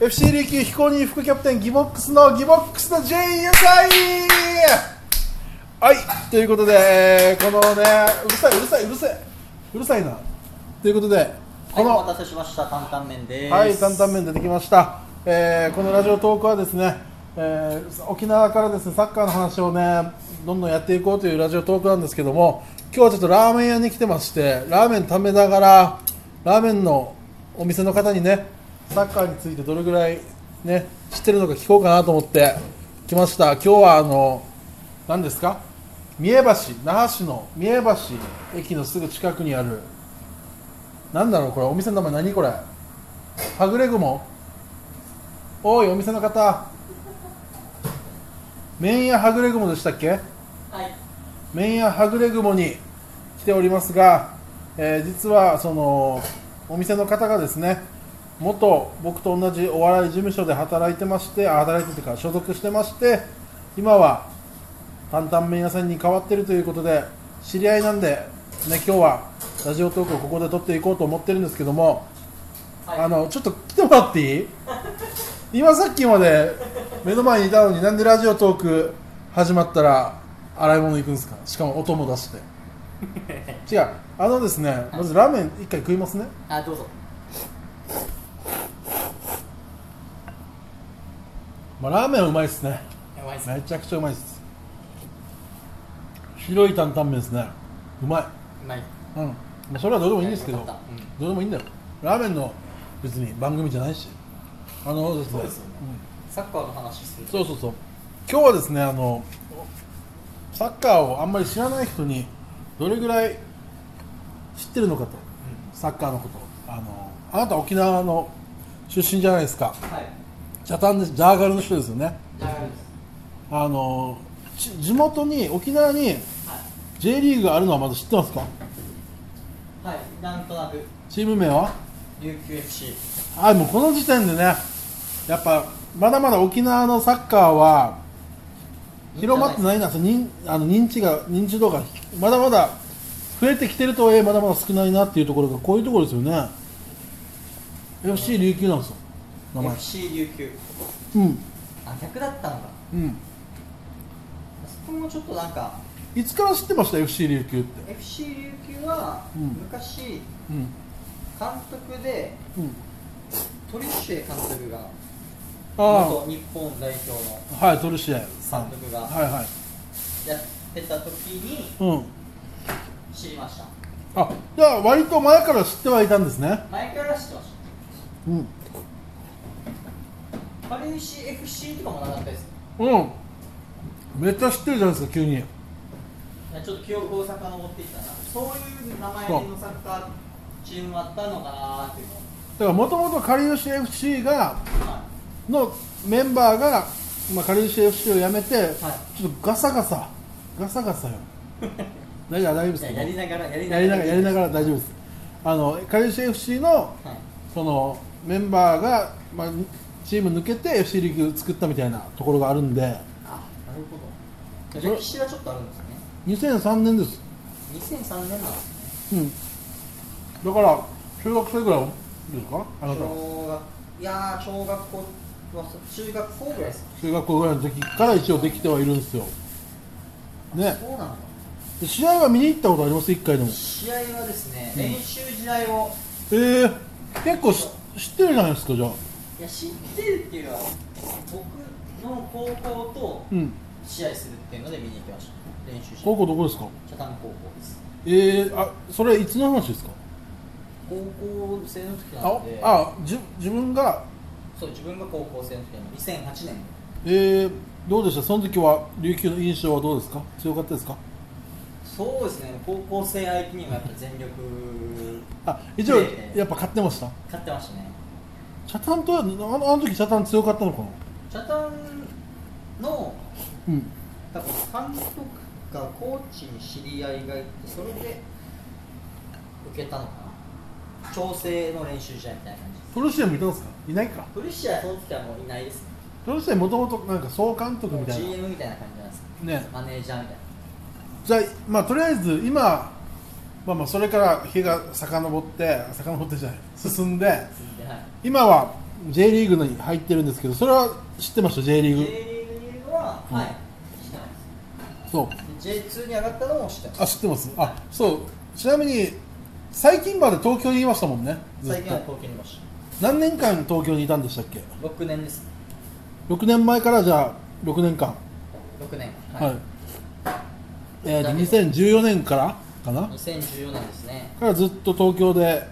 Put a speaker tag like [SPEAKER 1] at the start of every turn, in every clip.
[SPEAKER 1] FC 琉球非公認副キャプテンギボックスのギボックスのジェインユカイはいということでえーこのねうるさいうるさいうるさいうるさいなということで
[SPEAKER 2] は
[SPEAKER 1] こ
[SPEAKER 2] い、
[SPEAKER 1] の、
[SPEAKER 2] お待たせしました。担々麺です。
[SPEAKER 1] はい、担々麺出てきました、えーこのラジオトークはですね、えー沖縄からですねサッカーの話をねどんどんやっていこうというラジオトークなんですけども今日はちょっとラーメン屋に来てましてラーメン食べながらラーメンのお店の方にねサッカーについてどれぐらいね知ってるのか聞こうかなと思って来ました今日はあの何ですか三重橋那覇市の三重橋駅のすぐ近くにあるなんだろうこれお店の名前何これはぐれ雲おいお店の方麺屋はぐれ雲でしたっけ
[SPEAKER 2] はい。
[SPEAKER 1] 麺屋はぐれ雲に来ておりますが、えー実はそのお店の方がですね元僕と同じお笑い事務所で働いてましてあ働いててか所属してまして今は担々麺屋さんに変わってるということで知り合いなんで、ね、今日はラジオトークをここで撮っていこうと思ってるんですけども
[SPEAKER 2] はい
[SPEAKER 1] あのちょっと来てもらってい い今さっきまで目の前にいたのになんでラジオトーク始まったら洗い物行くんですかしかも音も出 して違うあのですねまずラーメン一回食いますね
[SPEAKER 2] あ、どうぞ。
[SPEAKER 1] まあ、ラーメンはうまいですね
[SPEAKER 2] やばいっす。
[SPEAKER 1] めちゃくちゃうまいです白い担々麺ですねうま
[SPEAKER 2] ない。
[SPEAKER 1] いうん、まあ、それはどうでもいいんですけど、
[SPEAKER 2] よかったうん
[SPEAKER 1] どうでもいいんだよラーメンの別に番組じゃないしあのですね
[SPEAKER 2] そうですよね
[SPEAKER 1] うん
[SPEAKER 2] サッカーの話する。
[SPEAKER 1] そうそうそう今日はですねあのサッカーをあんまり知らない人にどれぐらい知ってるのかと、サッカーのことあのあなた沖縄の出身じゃないですか
[SPEAKER 2] はい。
[SPEAKER 1] ジャタンでジャーガルの人ですよね
[SPEAKER 2] じゃあ、です。
[SPEAKER 1] あのち地元に沖縄に J リーグがあるのはまず知ってますか
[SPEAKER 2] はい。はい。なんとなく、
[SPEAKER 1] チーム名は
[SPEAKER 2] 琉球 FC。
[SPEAKER 1] あもうこの時点でねやっぱまだまだ沖縄のサッカーは広まってないなその認あの認知が認知度がまだまだ増えてきてるとはいえまだまだ少ないなっていうところがこういうところですよね FC 琉球なんですよ名前
[SPEAKER 2] FC 琉球。
[SPEAKER 1] うん
[SPEAKER 2] あ、逆だったのか。
[SPEAKER 1] うん
[SPEAKER 2] そこもちょっとなんか、
[SPEAKER 1] いつから知ってました FC 琉球って
[SPEAKER 2] FC 琉球は、
[SPEAKER 1] うん
[SPEAKER 2] 昔、
[SPEAKER 1] うん
[SPEAKER 2] 監督で、
[SPEAKER 1] うん
[SPEAKER 2] トリッシェ監督が、
[SPEAKER 1] あ
[SPEAKER 2] 元日本代表の
[SPEAKER 1] あはいトルシエさん
[SPEAKER 2] 監督が
[SPEAKER 1] はいはい
[SPEAKER 2] やってた時に
[SPEAKER 1] うん
[SPEAKER 2] 知りました。
[SPEAKER 1] あじゃあ割と前から知ってはいたんですね
[SPEAKER 2] 前から知ってまし
[SPEAKER 1] うん
[SPEAKER 2] た。パリウシ FC とかもなかったです。
[SPEAKER 1] うんめっちゃ知ってるじゃないですか急に
[SPEAKER 2] ちょっと記憶を遡っていったなそういう名前のサッカーチームあったのかなーっていうのを
[SPEAKER 1] だからもともとかりゆし FC が
[SPEAKER 2] は
[SPEAKER 1] のメンバーが、まあ、かりゆし FC を辞めて、ちょっとガサガサガサガサ よ大丈夫大丈夫で
[SPEAKER 2] い
[SPEAKER 1] す
[SPEAKER 2] じゃあ
[SPEAKER 1] よ
[SPEAKER 2] やりながらやりな
[SPEAKER 1] や
[SPEAKER 2] が
[SPEAKER 1] りなが
[SPEAKER 2] ら
[SPEAKER 1] らやりな
[SPEAKER 2] が
[SPEAKER 1] がら大丈夫ですあのかりゆし FC の
[SPEAKER 2] ら、はい、
[SPEAKER 1] そのメンバーが、まあ、チーム抜けて FC リーグ作ったみたいなところがあるんで
[SPEAKER 2] あなるほ
[SPEAKER 1] そ
[SPEAKER 2] ど
[SPEAKER 1] れ
[SPEAKER 2] 歴史はちょっとあるんですね
[SPEAKER 1] 2003年です
[SPEAKER 2] 2003年なんですね
[SPEAKER 1] うんだから中学生ぐらいですかあなたは
[SPEAKER 2] 小学いやー小学校は中学校ぐらいです
[SPEAKER 1] 中学校ぐらいの時から一応できてはいるんですよね
[SPEAKER 2] そうなんだ
[SPEAKER 1] で試合は見に行ったことあります一回でも
[SPEAKER 2] 試合はですね、練習時代を
[SPEAKER 1] えー、結構し知ってるじゃないですかじゃあ
[SPEAKER 2] いや知ってるっていうのは僕の高校
[SPEAKER 1] うん
[SPEAKER 2] と試合するっていうので見に行きました練習し
[SPEAKER 1] 高
[SPEAKER 2] て
[SPEAKER 1] 校どこですか
[SPEAKER 2] 北谷高校です
[SPEAKER 1] えー、あそれいつの話ですか
[SPEAKER 2] 高校生の時な
[SPEAKER 1] あ
[SPEAKER 2] ので
[SPEAKER 1] あじ自分が
[SPEAKER 2] そう自分が高校生の時なの2008年
[SPEAKER 1] えー、どうでしたその時は琉球の印象はどうですか強かったですか
[SPEAKER 2] そうですね高校生相手にもやっぱ全力
[SPEAKER 1] あ一応、
[SPEAKER 2] ええ
[SPEAKER 1] やっぱ勝ってました
[SPEAKER 2] 勝ってましたね
[SPEAKER 1] チャタンとはあのあの時チャタン強かったのかな
[SPEAKER 2] チャタンの
[SPEAKER 1] うん
[SPEAKER 2] 多分監督がコーチに知り合いがいてそれで受けたのかな調整の練習試合みたいな感じ
[SPEAKER 1] トルシエもいたんですかいないか
[SPEAKER 2] フルシアその時はもういないですね
[SPEAKER 1] トルシエもともとなんか総監督
[SPEAKER 2] も
[SPEAKER 1] み
[SPEAKER 2] う
[SPEAKER 1] たいな
[SPEAKER 2] GM みたいな感じなんです
[SPEAKER 1] ね
[SPEAKER 2] かマネージャーみたい
[SPEAKER 1] じゃあ、まあ、とりあえず今、まあ、まあそれから日が遡って遡ってじゃない進んで
[SPEAKER 2] なではい
[SPEAKER 1] 今は J リーグに入ってるんですけどそれは知ってました J リ
[SPEAKER 2] J
[SPEAKER 1] ー
[SPEAKER 2] リ
[SPEAKER 1] グ
[SPEAKER 2] ーグは、
[SPEAKER 1] うん
[SPEAKER 2] はい知ってま
[SPEAKER 1] そう
[SPEAKER 2] すで J2 に上がったのも知ってます
[SPEAKER 1] あ知ってますあそうちなみに最近まで東京にいましたもんねずっ
[SPEAKER 2] 最近は
[SPEAKER 1] と
[SPEAKER 2] 東京にいまし
[SPEAKER 1] 何年間東京にいたんでしたっけ
[SPEAKER 2] た6年ですね
[SPEAKER 1] 6年前からじゃあ6年間
[SPEAKER 2] 6年
[SPEAKER 1] はい、えーと
[SPEAKER 2] だけ
[SPEAKER 1] 2014年からかな
[SPEAKER 2] 2014年ですね
[SPEAKER 1] からずっと東京で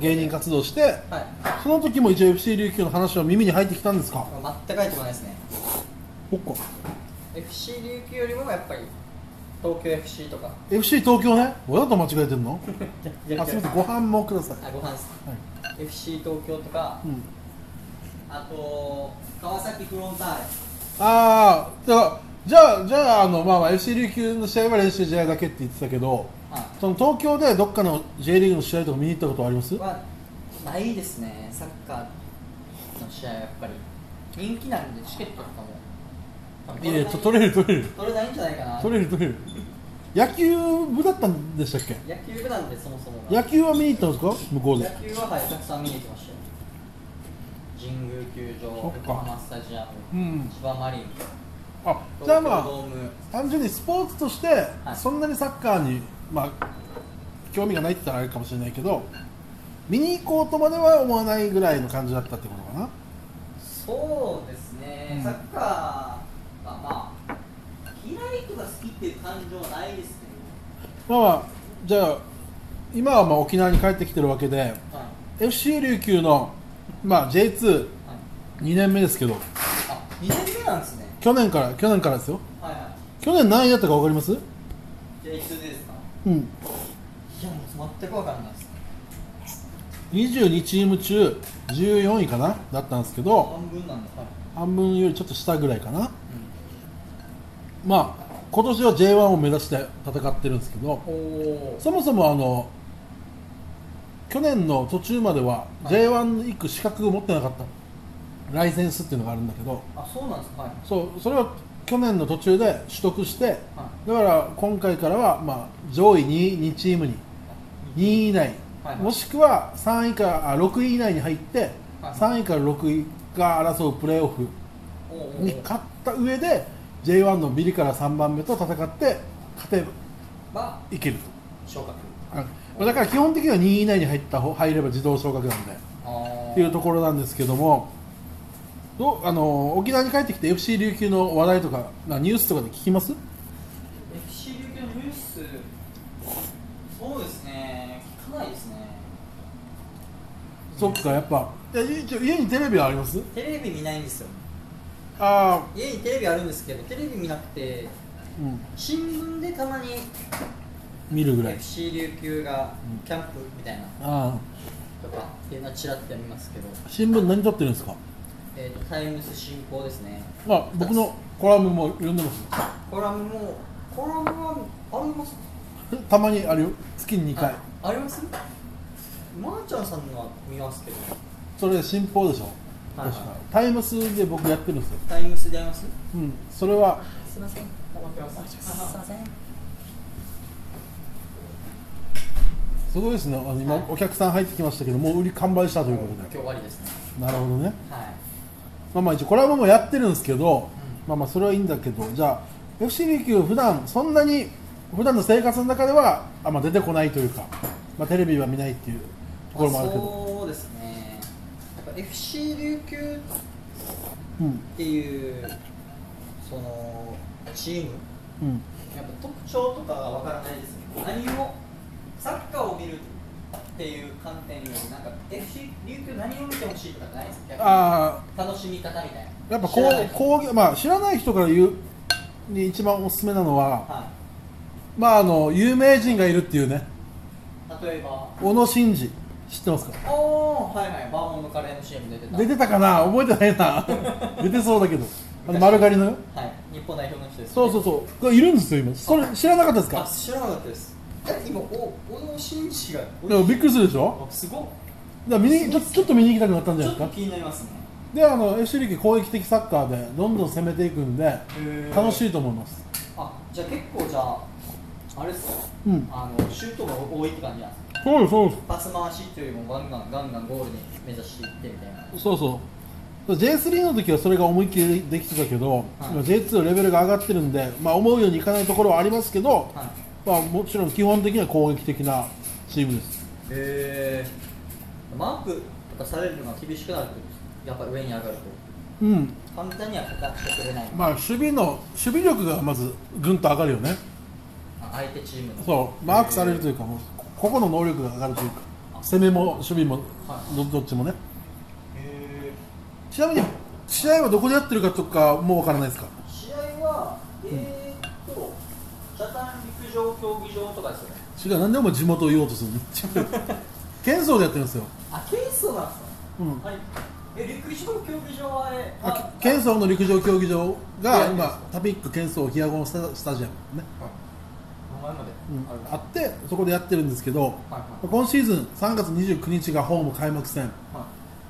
[SPEAKER 1] 芸人活動して
[SPEAKER 2] はい
[SPEAKER 1] その時も一応 FC 琉球の話は耳に入ってきたんですか
[SPEAKER 2] 全く入ってこないですね
[SPEAKER 1] ほっこ
[SPEAKER 2] FC 琉球よりもやっぱり東京 FC とか
[SPEAKER 1] FC 東京ね親と間違えてんのあ
[SPEAKER 2] あ
[SPEAKER 1] すみませんご飯もください、
[SPEAKER 2] ご飯です
[SPEAKER 1] はい
[SPEAKER 2] FC 東京とか
[SPEAKER 1] うん、
[SPEAKER 2] あと川崎フロンターレ
[SPEAKER 1] ああじゃあじゃあじゃああの、まあ、まあ FC 琉球の試合は練習試合だけって言ってたけど
[SPEAKER 2] は
[SPEAKER 1] その東京でどっかの J リーグの試合とか見に行ったことあります
[SPEAKER 2] いはないですねサッカーの試合はやっぱり人気なんでチケットとかも多分
[SPEAKER 1] いやと取れる取れる
[SPEAKER 2] 取れないんじゃないかな
[SPEAKER 1] 取れる取れる野球部だったんでしたっけ
[SPEAKER 2] 野球部なんでそもそもが
[SPEAKER 1] 野球は見に行ったんですか向こう
[SPEAKER 2] 野
[SPEAKER 1] で
[SPEAKER 2] 球ははいたくさん見に行きましたよ神宮球場
[SPEAKER 1] そっか
[SPEAKER 2] 横浜スタジアム、
[SPEAKER 1] うん
[SPEAKER 2] 千葉マリン
[SPEAKER 1] あじゃあ
[SPEAKER 2] 東京ド
[SPEAKER 1] まあ
[SPEAKER 2] ーム
[SPEAKER 1] 単純にスポーツとして、
[SPEAKER 2] い
[SPEAKER 1] そんなにサッカーに、まあ、興味がないって言ったらあれかもしれないけど見に行こうとまでは思わないぐらいの感じだったってことかな
[SPEAKER 2] そうですね、
[SPEAKER 1] うん
[SPEAKER 2] サッカーはまあ嫌いとか好きっていう感情はないですけ
[SPEAKER 1] まあ、まあ、じゃあ今はまあ沖縄に帰ってきてるわけで
[SPEAKER 2] ど、はい
[SPEAKER 1] FC 琉球の、まあ、J22
[SPEAKER 2] はい、
[SPEAKER 1] 年目ですけど
[SPEAKER 2] あ2年目なんですね
[SPEAKER 1] 去年から去年からですよ
[SPEAKER 2] はいは
[SPEAKER 1] 去年何位だったか分かります
[SPEAKER 2] い J2 ですか
[SPEAKER 1] うん
[SPEAKER 2] いやもう全く分かんないです
[SPEAKER 1] 22チーム中14位かなだったんですけど
[SPEAKER 2] 半分なんだはい、
[SPEAKER 1] 半分よりちょっと下ぐらいかなまあ今年は J1 を目指して戦ってるんですけど
[SPEAKER 2] おお
[SPEAKER 1] そもそもあの去年の途中までは
[SPEAKER 2] はい
[SPEAKER 1] J1 の行く資格を持ってなかったライセンスっていうのがあるんだけど
[SPEAKER 2] あそうなんですかはい
[SPEAKER 1] そうそれを去年の途中で取得して
[SPEAKER 2] は
[SPEAKER 1] だから今回からはまあ上位 2, 2チームに2
[SPEAKER 2] い
[SPEAKER 1] 位以内
[SPEAKER 2] はい
[SPEAKER 1] もしくは3位かあ6位以内に入って
[SPEAKER 2] はい
[SPEAKER 1] 3位から6位が争うプレーオフ
[SPEAKER 2] おーおー
[SPEAKER 1] に勝った上で J1 のビリから3番目と戦って勝てば
[SPEAKER 2] ま
[SPEAKER 1] いける
[SPEAKER 2] あ昇格
[SPEAKER 1] と、はいだから基本的には2位以内に入った方入れば自動昇格なんで
[SPEAKER 2] あ
[SPEAKER 1] っていうところなんですけどもどうあの沖縄に帰ってきて FC 琉球の話題とかなニュースとかで聞きます
[SPEAKER 2] FC 琉球のニュースそうですね聞かないですね
[SPEAKER 1] そっかやっぱいやい家にテレビはあります
[SPEAKER 2] テレビ見ないんですよ
[SPEAKER 1] ああ
[SPEAKER 2] 家にテレビあるんですけどテレビ見なくて
[SPEAKER 1] うん
[SPEAKER 2] 新聞でたまに
[SPEAKER 1] 見るぐらい
[SPEAKER 2] FC 琉球がキャンプみたいな
[SPEAKER 1] あ
[SPEAKER 2] とかっていうのはちらっと見ますけど、
[SPEAKER 1] あ新聞何撮ってるんですか
[SPEAKER 2] えー、とタイムズ進行ですね
[SPEAKER 1] まあ僕のコラムも読んでます
[SPEAKER 2] コラムもコラムはあります
[SPEAKER 1] たまにあるよ月に2回
[SPEAKER 2] あありますまー、ちゃんさんのは見ますけど
[SPEAKER 1] それ新報でしょ、
[SPEAKER 2] はいはい
[SPEAKER 1] 確かタイムスで僕やってるんですよ、
[SPEAKER 2] タイムスであります
[SPEAKER 1] うん、それは
[SPEAKER 2] すいませんお待ちくださいすいません
[SPEAKER 1] すごいですねあの今、
[SPEAKER 2] はい
[SPEAKER 1] お客さん入ってきましたけどもう売り完売したというこ
[SPEAKER 2] 今
[SPEAKER 1] と
[SPEAKER 2] 日
[SPEAKER 1] で
[SPEAKER 2] 終わりですね
[SPEAKER 1] なるほどね
[SPEAKER 2] はい
[SPEAKER 1] まあまあ一応コラボもやってるんですけど、まあまあそれはいいんだけどじゃあ FC 琉球普段そんなに普段の生活の中ではあんま出てこないというか、まあ、テレビは見ないっていうところもあるけど
[SPEAKER 2] そうですねやっぱ FC 琉球
[SPEAKER 1] うん
[SPEAKER 2] っていうそのチーム
[SPEAKER 1] うん
[SPEAKER 2] やっぱ特徴とかがわからないですけど何をサッカーを見るっていう観点よりなんか FC 琉球何を見てほしいとかじゃないですか
[SPEAKER 1] あ
[SPEAKER 2] 楽しみ方みたいな
[SPEAKER 1] あやっぱ
[SPEAKER 2] 知
[SPEAKER 1] こ
[SPEAKER 2] らないう
[SPEAKER 1] こうまあ知らない人から言うに一番おすすめなのは、
[SPEAKER 2] は
[SPEAKER 1] まああの有名人がいるっていうね
[SPEAKER 2] い例えば
[SPEAKER 1] 小野伸二知ってますか
[SPEAKER 2] おおはいはいバーモントカレーの CM 出てた
[SPEAKER 1] 出てたかな覚えてない な出てそうだけどあの丸刈りの
[SPEAKER 2] はい日本代表の人です、ね、
[SPEAKER 1] そうそうそうがいるんですよ今それ知らなかったです
[SPEAKER 2] あ
[SPEAKER 1] か
[SPEAKER 2] 知らなかったですえ今お小野伸二が
[SPEAKER 1] でもびっくりするでしょ
[SPEAKER 2] あすごっ
[SPEAKER 1] だから見にちょちょっと見に行きたくなったんじ
[SPEAKER 2] ち
[SPEAKER 1] ゃ
[SPEAKER 2] ょ
[SPEAKER 1] ないで
[SPEAKER 2] っ
[SPEAKER 1] す
[SPEAKER 2] と
[SPEAKER 1] か
[SPEAKER 2] 気になりますね
[SPEAKER 1] であの FC 力攻撃的サッカーでどんどん攻めていくんで楽しい
[SPEAKER 2] い
[SPEAKER 1] と思います
[SPEAKER 2] あじゃあ結構じゃああれっすよ
[SPEAKER 1] うん
[SPEAKER 2] あのシュートが多いって感じなんです
[SPEAKER 1] そ
[SPEAKER 2] よ
[SPEAKER 1] うですそうです
[SPEAKER 2] パス回しというよりもガンガンガンガンゴールに目指していってみたいな
[SPEAKER 1] そうそう J3 の時はそれが思いっきりできてたけど、
[SPEAKER 2] はい
[SPEAKER 1] 今 J2 のレベルが上がってるんで、まあ、思うようにいかないところはありますけど、
[SPEAKER 2] はい
[SPEAKER 1] まあ、もちろん基本的には攻撃的なチームです
[SPEAKER 2] へえマークとかされるのが厳しくなるってことですやっぱ上に上がる
[SPEAKER 1] うん
[SPEAKER 2] と簡単にはかかってくれない、
[SPEAKER 1] まあ守備の守備力がまずぐんと上がるよね
[SPEAKER 2] あ相手チームの
[SPEAKER 1] そうマークされるというかもう個々の能力が上がるというか攻めも守備も
[SPEAKER 2] はい
[SPEAKER 1] どどっちもね
[SPEAKER 2] へ
[SPEAKER 1] ちなみに試合はどこでやってるかとかもわからないですか
[SPEAKER 2] ー試合はえー、っと北谷陸上競技場とかですよね
[SPEAKER 1] 違う何でお前地元を言おうとするの 違う県層でやってるんですよ、
[SPEAKER 2] あケースなんですね
[SPEAKER 1] うん、
[SPEAKER 2] はいえ陸上競技場はえ
[SPEAKER 1] あけ県層の陸上競技場
[SPEAKER 2] いや
[SPEAKER 1] が
[SPEAKER 2] いいです
[SPEAKER 1] 今タピック県層ヒアゴンスタスタジアムね、
[SPEAKER 2] 名前まで、
[SPEAKER 1] うん
[SPEAKER 2] ある
[SPEAKER 1] あってそこでやってるんですけど
[SPEAKER 2] はいはい
[SPEAKER 1] 今シーズン3月29日がホーム開幕戦
[SPEAKER 2] は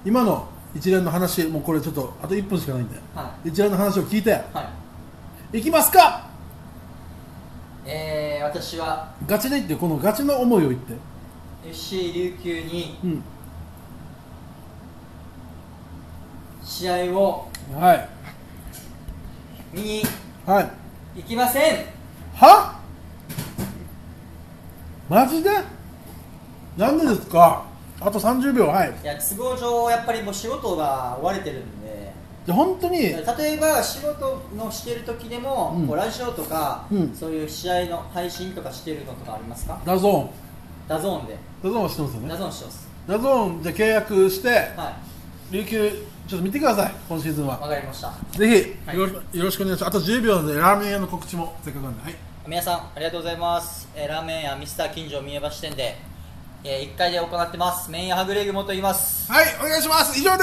[SPEAKER 1] 今の一連の話もうこれちょっとあと1分しかないんで
[SPEAKER 2] いは
[SPEAKER 1] 一連の話を聞いて
[SPEAKER 2] いはい
[SPEAKER 1] いきますか
[SPEAKER 2] えー、私は
[SPEAKER 1] ガチで言ってこのガチの思いを言って
[SPEAKER 2] FC 琉球に
[SPEAKER 1] うん
[SPEAKER 2] 試合を
[SPEAKER 1] はい
[SPEAKER 2] 見に
[SPEAKER 1] はい
[SPEAKER 2] 行きません
[SPEAKER 1] はマジでなんでですかあと30秒はい
[SPEAKER 2] いや都合上やっぱりもう仕事が追われてるんで
[SPEAKER 1] じゃあ本当に
[SPEAKER 2] 例えば仕事のしてる時でも、
[SPEAKER 1] うん
[SPEAKER 2] こうラジオとか、
[SPEAKER 1] うん
[SPEAKER 2] そういう試合の配信とかしてるのとかありますか
[SPEAKER 1] ダゾーン
[SPEAKER 2] ダゾーンで
[SPEAKER 1] ダゾーンは知ってますよ
[SPEAKER 2] ダ
[SPEAKER 1] ね
[SPEAKER 2] ゾーンしてます
[SPEAKER 1] ダゾーンじゃあ契約して
[SPEAKER 2] はい
[SPEAKER 1] 琉球ちょっと見てください今シーズンは
[SPEAKER 2] わかりました
[SPEAKER 1] ぜひ、
[SPEAKER 2] はい
[SPEAKER 1] よろよろしくお願いしますあと10秒なんでラーメン屋の告知もせっかくなんではい
[SPEAKER 2] 皆さんありがとうございます、えーラーメン屋ミスター近所三重橋店で、え1階で行ってます麺屋はぐれぐもと言います
[SPEAKER 1] はいお願いします以上です